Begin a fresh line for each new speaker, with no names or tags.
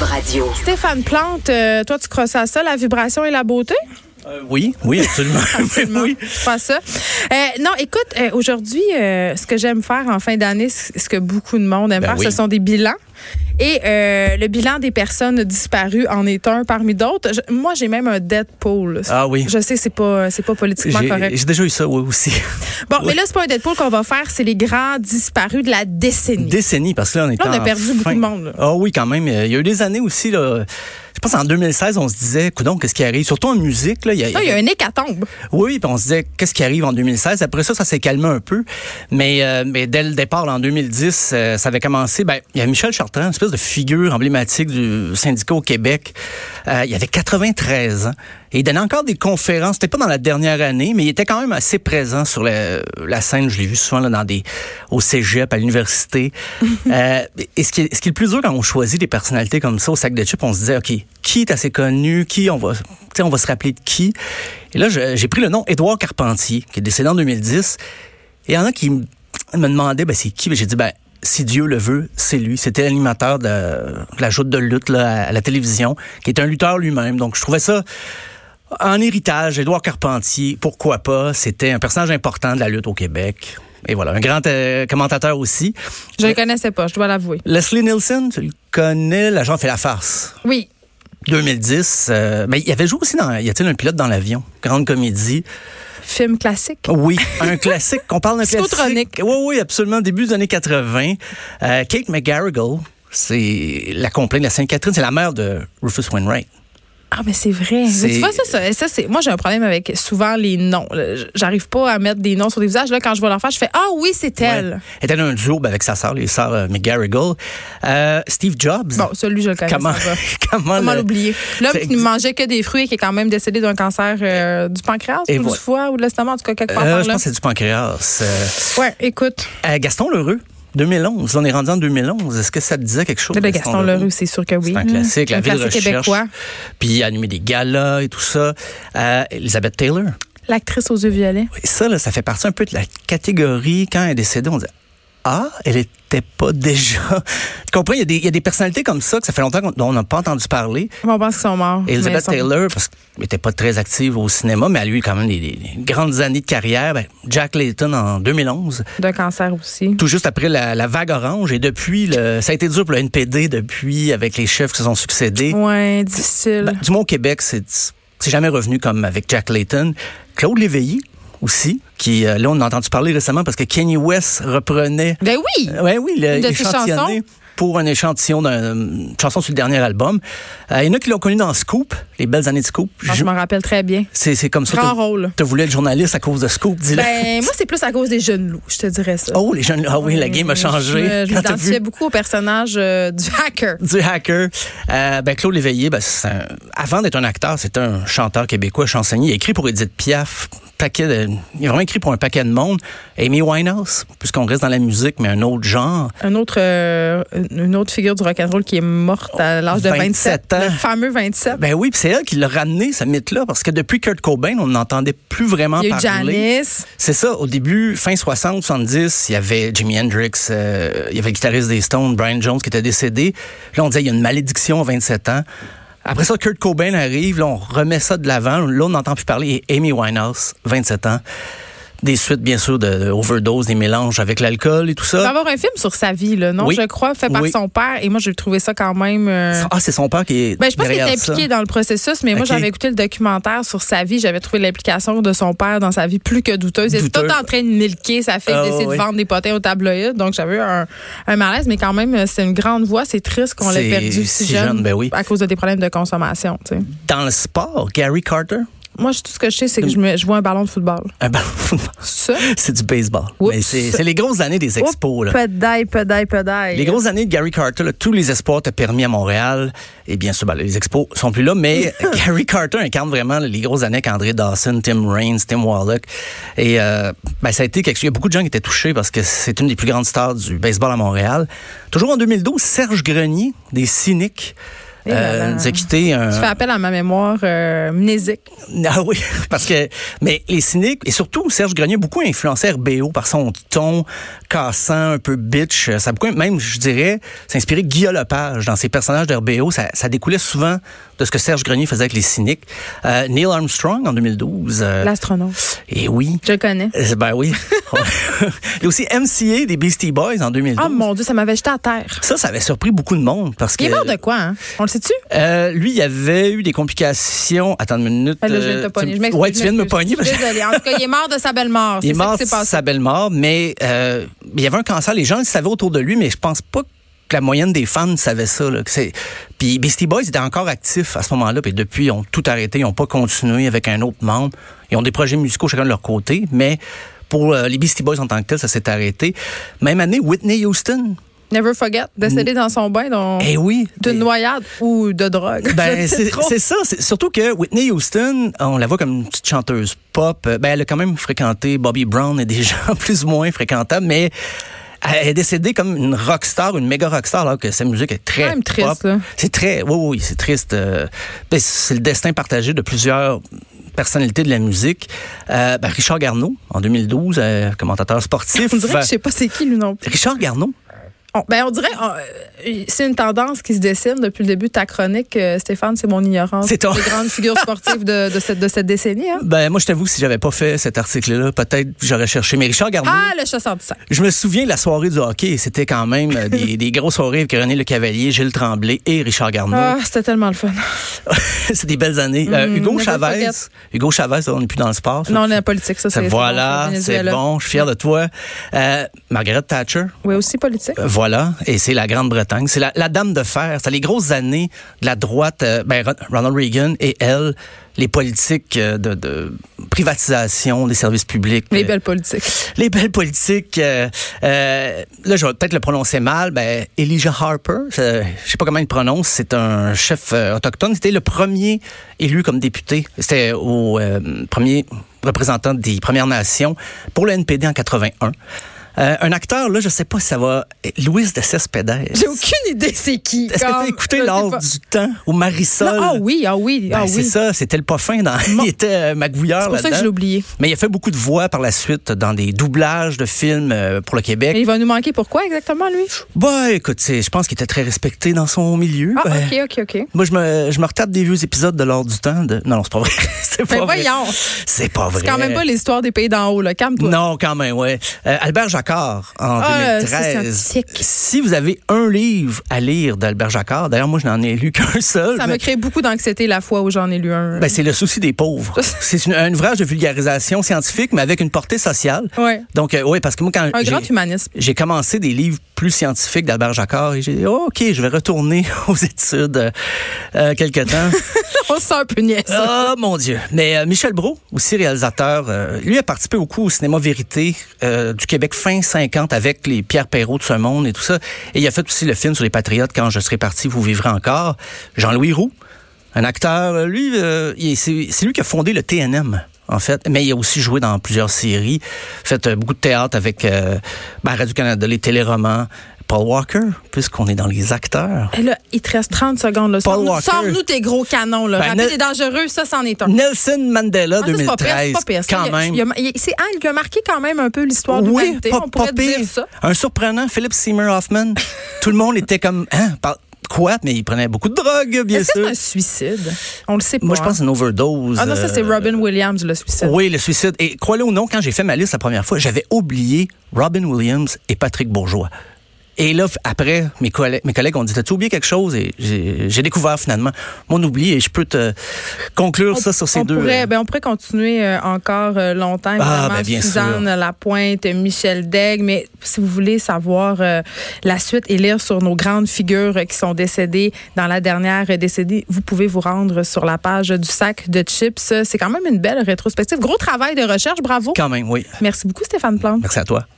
Radio.
Stéphane Plante, euh, toi, tu crosses à ça, la vibration et la beauté?
Euh, oui, oui, absolument.
Absolument.
oui.
C'est Pas ça. Euh, non, écoute, euh, aujourd'hui, euh, ce que j'aime faire en fin d'année, c- ce que beaucoup de monde aime
Ben
faire,
oui.
ce sont des bilans. Et euh, le bilan des personnes disparues en est un parmi d'autres. Je- moi, j'ai même un Deadpool.
Ah oui.
Je sais, c'est pas, c'est pas politiquement
J'ai
correct.
j'ai déjà eu ça, oui, aussi.
Bon, mais là, c'est pas un Deadpool qu'on va faire, c'est les grands disparus de la décennie.
Décennie, parce que là, on est
Là, on a
en
perdu
fin.
beaucoup de monde, là.
Ah oui, quand même. Euh, Il y a eu des années aussi, là. Je pense en 2016, on se disait, coudon, qu'est-ce qui arrive? Surtout en musique, là. Il y a-
Là, Ah, il y a un hécatombe.
Oui, puis on se disait, qu'est-ce qui arrive en 2016? Après ça, ça s'est calmé un peu. Mais, euh, mais dès le départ, là, en 2010, euh, ça avait commencé. Ben, il y a Michel Chartrand, une espèce de figure emblématique du syndicat au Québec. Euh, il avait 93 ans. Et il donnait encore des conférences. C'était pas dans la dernière année, mais il était quand même assez présent sur la, la scène. Je l'ai vu souvent là, dans des, au cégep, à l'université. Euh, et ce qui, est, ce qui est le plus dur quand on choisit des personnalités comme ça au sac de chips, on se disait, OK, qui est assez connu? Qui on va, tu sais, on va se rappeler de qui? Et là, je- j'ai pris le nom Édouard Carpentier, qui est décédé en 2010. Et il y en a qui m- me demandaient, ben, c'est qui? Ben, j'ai dit, ben, si Dieu le veut, c'est lui. C'était l'animateur de, de la joute de lutte là, à la télévision, qui est un lutteur lui-même. Donc, je trouvais ça en héritage. Édouard Carpentier, pourquoi pas? C'était un personnage important de la lutte au Québec. Et voilà, un grand euh, commentateur aussi.
Je le connaissais pas, je dois l'avouer.
Leslie Nielsen, tu le connais, l'agent fait la farce.
Oui.
2010, euh, mais il avait joué aussi dans Y a-t-il un pilote dans l'avion? Grande comédie.
Film classique.
Oui, un classique. qu'on parle d'un
Psychotronique.
classique. Oui, oui, absolument. Début des années 80. Euh, Kate McGarrigle, c'est la complainte de la Sainte-Catherine. C'est la mère de Rufus Wainwright.
Ah, mais c'est vrai.
C'est-
Mais Tu vois, ça, ça, ça, c'est. Moi, j'ai un problème avec souvent les noms. là. J- J'arrive pas à mettre des noms sur des visages. Là, quand je vois leur faire, je fais Ah oui, c'est elle.
Ouais. Elle était dans un duo ben, avec sa sœur, les sœurs euh, McGarrigle. Euh, Steve Jobs.
Bon, celui, je le connais.
comment
ça va.
comment,
Comment
le-
l'oublier? L'homme
C'est
qui ne mangeait que des fruits et qui est quand même décédé d'un cancer euh, du pancréas
Et
ou
voilà.
du foie ou de l'estomac, en tout cas, quelque part
Euh,
par
je
là.
pense que c'est du pancréas. Euh,
Ouais, écoute.
euh, Gaston Lheureux, 2011. On est rendu en 2011. Est-ce que ça te disait quelque chose?
Le Ben, Gaston Leroux, c'est sûr que oui. Mmh.
C'est un classique, la
Un
ville
classique
recherche.
québécois.
Puis animer des galas et tout ça. Euh, Elizabeth Taylor.
L'actrice aux yeux violets.
Et ça, là, ça fait partie un peu de la catégorie. Quand elle est décédée, on dit Ah, elle était pas déjà. tu comprends? Il y, a des, il y a des personnalités comme ça que ça fait longtemps qu'on dont on n'a pas entendu parler.
On pense qu'ils sont morts. mais
Et
ils
Elizabeth
sont-
Taylor, parce qu'elle n'était pas très active au cinéma, mais elle a eu quand même des, des- des grandes années de carrière. Ben, Jack Layton en 2011,
De cancer aussi.
tout juste après la, la vague orange. Et depuis, le, ça a été dur pour le NPD depuis, avec les chefs qui se sont succédés.
Ouais, difficile.
Ben, du moins au Québec, c'est c'est jamais revenu comme avec Jack Layton. Claude Léveillé aussi, qui euh, là on a entendu parler récemment parce que Kanye West reprenait,
Ben oui!
Euh, ouais, oui, le,
Une de ses
échantillonné
chansons.
pour un échantillon d'une chanson sur le dernier album. Euh, Il y en a qui l'ont connu dans Scoop, les belles années de Scoop.
Ah, Je m'en rappelle très bien.
C'est c'est comme ça.
Grand
t'as-
rôle.
T'as voulu être journaliste à cause de Scoop, dis-le.
Ben, moi, c'est plus à cause des jeunes loups, je te dirais ça. Euh,
Oh, les jeunes, ah oui, la game a changé.
Je, je
Quand t'as
m'identifiais
vu-
beaucoup au personnage euh, du hacker.
du hacker. Euh, ben, Claude Léveillé, ben, c'est un- avant d'être un acteur, c'était un chanteur québécois, chansonnier. Il a écrit pour Edith Piaf. Paquet de- il a vraiment écrit pour un paquet de monde. Amy Winehouse, puisqu'on reste dans la musique, mais un autre genre.
Un autre, euh, une autre figure du rock'n'roll qui est morte à l'âge de 27,
27 ans.
Le fameux 27.
Ben oui, puis c'est elle qui l'a ramené, ce mythe-là, parce que depuis Kurt Cobain, on n'entendait plus vraiment
Il y a eu
parler.
Janice.
C'est ça, au début, fin 60, 70, il y avait Jimi Hendrix, euh, il y avait le guitariste des Stones, Brian Jones, qui était décédé. Là, on disait, il y a une malédiction à 27 ans. Après ça, Kurt Cobain arrive, là, on remet ça de l'avant. Là, on n'entend plus parler. Et Amy Winehouse, 27 ans. Des suites, bien sûr, de, de overdose, des mélanges avec l'alcool et tout
Il va y
ça.
avoir un film sur sa vie, là, non?
Oui.
Je crois, fait par
Oui.
son père. Et moi, j'ai trouvé ça quand même. euh,
Ah, c'est son père qui est
Ben, je pense qu'il était
derrière ça.
impliqué dans le processus, mais moi,
Ok.
j'avais écouté le documentaire sur sa vie. J'avais trouvé l'implication de son père dans sa vie plus que douteuse. Il était
Douteuse.
tout en train de milquer sa fille,
Ah,
d'essayer
oui.
de vendre des potins au tabloïd. Donc, j'avais eu un, un malaise, mais quand même, c'est une grande voix. C'est triste qu'on l'ait
C'est
perdu si
si
jeune,
jeune, ben oui.
à cause de des problèmes de consommation. tu sais.
Dans le sport, Gary Carter,
Moi, je- tout ce que je sais, c'est que je, me- je vois un ballon de football.
un ballon de football.
C'est ça?
c'est du baseball.
Oups.
Mais c'est c'est les grosses années des expos. là.
Pedaille, pedaille, pedaille.
Les grosses années de Gary Carter, là, tous les espoirs t'as permis à Montréal. Et bien sûr, ben, les expos sont plus là, mais Gary Carter incarne vraiment là, les grosses années qu'André Dawson, Tim Raines, Tim Warlock. Et euh, ben, ça a été quelque chose. Il y a beaucoup de gens qui étaient touchés parce que c'est une des plus grandes stars du baseball à Montréal. Toujours en 2012, Serge Grenier, des Cyniques.
Eh là là.
euh, nous a quitté un,
Tu fais appel à ma mémoire euh, mnésique.
Ah oui, parce que mais les cyniques et surtout Serge Grenier a beaucoup influencé RBO par son ton cassant, un peu bitch. Ça a beaucoup même je dirais s'inspirer de Guillaume Lepage dans ses personnages d'RBO. Ça, ça découlait souvent de ce que Serge Grenier faisait avec les cyniques. Euh, Neil Armstrong en 2012. euh,
L'astronaute.
et oui.
Je le connais.
Euh, Ben oui. Il y a aussi MCA des Beastie Boys en 2012.
Oh mon Dieu, ça m'avait jeté à terre.
Ça, ça avait surpris beaucoup de monde parce que
Il est mort de quoi, hein? On le sait-tu?
euh, lui, il avait eu des complications. Attends une minute.
Ah, là, je viens de te
euh,
pogner.
tu-
Je m'excuse,
ouais, tu viens de me
je m'excuse.
pogner. parce que-
Je suis Désolée. En tout cas, il est mort de sa belle mort.
Il est
C'est ça
mort
qui
de
s'est passé.
sa belle mort, mais euh, il y avait un cancer. Les gens le savaient autour de lui, mais je pense pas que la moyenne des fans savait ça. Là, que c'est... Puis Beastie Boys était encore actif à ce moment-là, puis depuis, ils ont tout arrêté, ils n'ont pas continué avec un autre membre. Ils ont des projets musicaux chacun de leur côté, mais pour euh, les Beastie Boys en tant que tel, ça s'est arrêté. Même année, Whitney Houston.
Never forget, décédé dans son bain donc,
Mm. Eh oui.
d'une noyade ou de drogue. Je
Ben,
sais
c'est
trop.
c'est ça. c'est- Surtout que Whitney Houston, on la voit comme une petite chanteuse pop. Euh, Ben, elle a quand même fréquenté Bobby Brown et des gens plus ou moins fréquentables, mais elle est décédée comme une rockstar, une méga rockstar, alors que sa musique est très
Quand même triste,
pop.
là.
C'est très, oui, oui, c'est triste. euh, ben, c'est le destin partagé de plusieurs personnalités de la musique. Euh, ben, Richard Garneau, en 2012, euh, commentateur sportif. Ben,
On dirait que je sais pas c'est qui, lui non plus.
Richard Garneau,
On, ben, on dirait, on- euh, c'est une tendance qui se dessine depuis le début de ta chronique, euh, Stéphane, c'est mon ignorance.
C'est ton-
Les grandes figures sportives de, de cette, de cette décennie. Hein?
ben moi je t'avoue que si j'avais pas fait cet article-là, peut-être j'aurais cherché. Mais Richard Garneau,
Ah, le 65.
Je me souviens de la soirée du hockey. C'était quand même euh, des, des grosses soirées avec René Le Cavalier, Gilles Tremblay et Richard Garneau.
Ah, c'était tellement le fun.
C'est des belles années. Euh,
Mhm,
Hugo
never
Chavez.
forget.
Hugo Chavez, on n'est plus dans le sport. ça.
Non, la politique, ça,
Ça,
c'est
voilà,
bon,
c'est
Venezuela.
bon, je suis fier de toi. Euh, Margaret Thatcher,
Oui, aussi politique.
euh, voilà, et c'est la Grande-Bretagne. C'est la, la dame de fer. C'est les grosses années de la droite, euh, ben, Ron- Ronald Reagan et elle, les politiques euh, de, de privatisation des services publics.
Les
Euh,
belles politiques.
les belles politiques. euh, euh, là, je vais peut-être le prononcer mal. Ben, Elijah Harper, euh, je sais pas comment il le prononce. C'est un chef euh, autochtone. C'était le premier élu comme député. C'était au euh, premier représentant des Premières Nations pour le NPD en 81. Euh, un acteur, là, je sais pas si ça va... Louis de Cespedes.
J'ai aucune idée c'est qui.
Est-ce que
comme,
t'as écouté
je sais
l'art
pas.
du temps ou
Non,
Marisol?
Ah oui, ah oui,
Ben,
ah
C'est
oui.
ça, c'était le pas fin. Dans... il était euh, magouilleur
C'est pour ça que je l'ai
là-dedans.
oublié.
Mais il a fait beaucoup de voix par la suite dans des doublages de films euh, pour le Québec.
Mais il va nous manquer pourquoi exactement, lui?
Bah, écoute, c'est- je pense qu'il était très respecté dans son milieu.
Ah,
Ben,
OK, OK, OK.
Moi, je me, je me retape des vieux épisodes de l'heure du temps. De... Non, non, c'est pas vrai. c'est
Mais
pas vrai.
voyons,
C'est pas vrai.
c'est quand même pas l'histoire des pays d'en haut, là. Calme-toi.
Non, quand même, ouais. Euh, Albert Jacquard, en
Ah, euh, c'est
2013.
scientifique.
Si vous avez un livre à lire d'Albert Jacquard, d'ailleurs, moi, je n'en ai lu qu'un seul.
Ça
mais-
me crée beaucoup d'anxiété la fois où j'en ai lu un.
ben, c'est le souci des pauvres. c'est une- un ouvrage de vulgarisation scientifique, mais avec une portée sociale.
Ouais.
Donc, oui, parce que moi, quand
un
j'ai-
grand humanisme.
j'ai commencé des livres plus scientifiques d'Albert Jacquard et j'ai dit, Oh, OK, je vais retourner aux études euh, euh, quelque temps.
On se sent un peu niaise.
oh mon Dieu. Mais euh, Michel Brault, aussi réalisateur, euh, lui a participé beaucoup au cinéma Vérité euh, du Québec fin 50 avec les Pierre Perrault de ce monde et tout ça. Et il a fait aussi le film sur les Patriotes, Quand je serai parti, vous vivrez encore. Jean-Louis Roux, un acteur, euh, lui, euh, il est- c'est c'est lui qui a fondé le TNM. En fait, mais il a aussi joué dans plusieurs séries, fait euh, beaucoup de théâtre avec euh, ben, Radio-Canada, les téléromans. Paul Walker, puisqu'on est dans les acteurs.
Et là, il te reste 30 secondes. là.
Paul
Sors-nous
Walker.
sors-nous tes gros canons. Là.
Ben,
Rapide
ne-
et dangereux, ça, c'en est un.
Nelson Mandela
Ah, ça, c'est pas pire,
2013.
c'est pas pire. Ça,
Quand
il a-
même.
il a- il- C'est ah, il lui a marqué quand même un peu l'histoire de
Oui,
l'humanité.
pas,
On pourrait
pas pire.
dire ça.
Un surprenant, Philip Seymour Hoffman. Tout le monde était comme, hein, par- quoi? Mais il prenait beaucoup de drogue, bien
Est-ce que c'est
sûr.
un suicide? On le sait pas.
Moi, je pense
hein.
que c'est une overdose.
Ah non, ça, c'est
euh,
Robin Williams, le suicide.
Oui, le suicide. Et croyez-le ou non, quand j'ai fait ma liste la première fois, j'avais oublié Robin Williams et Patrick Bourgeois. Et là, f- après, mes collègues, mes collègues ont dit, t'as-tu oublié quelque chose? Et j'ai j'ai découvert finalement mon oubli et je peux te conclure ça sur ces
on
deux. euh,
Pourrait, ben, on pourrait continuer euh, encore euh, longtemps.
Ah,
évidemment,
ben, bien
Suzanne Lapointe, Michel Degg. Mais si vous voulez savoir euh, la suite et lire sur nos grandes figures euh, qui sont décédées dans la dernière euh, décennie, vous pouvez vous rendre sur la page du sac de chips. C'est quand même une belle rétrospective. Gros travail de recherche. Bravo.
Quand même, oui.
Merci beaucoup, Stéphane Plante.
Merci à toi.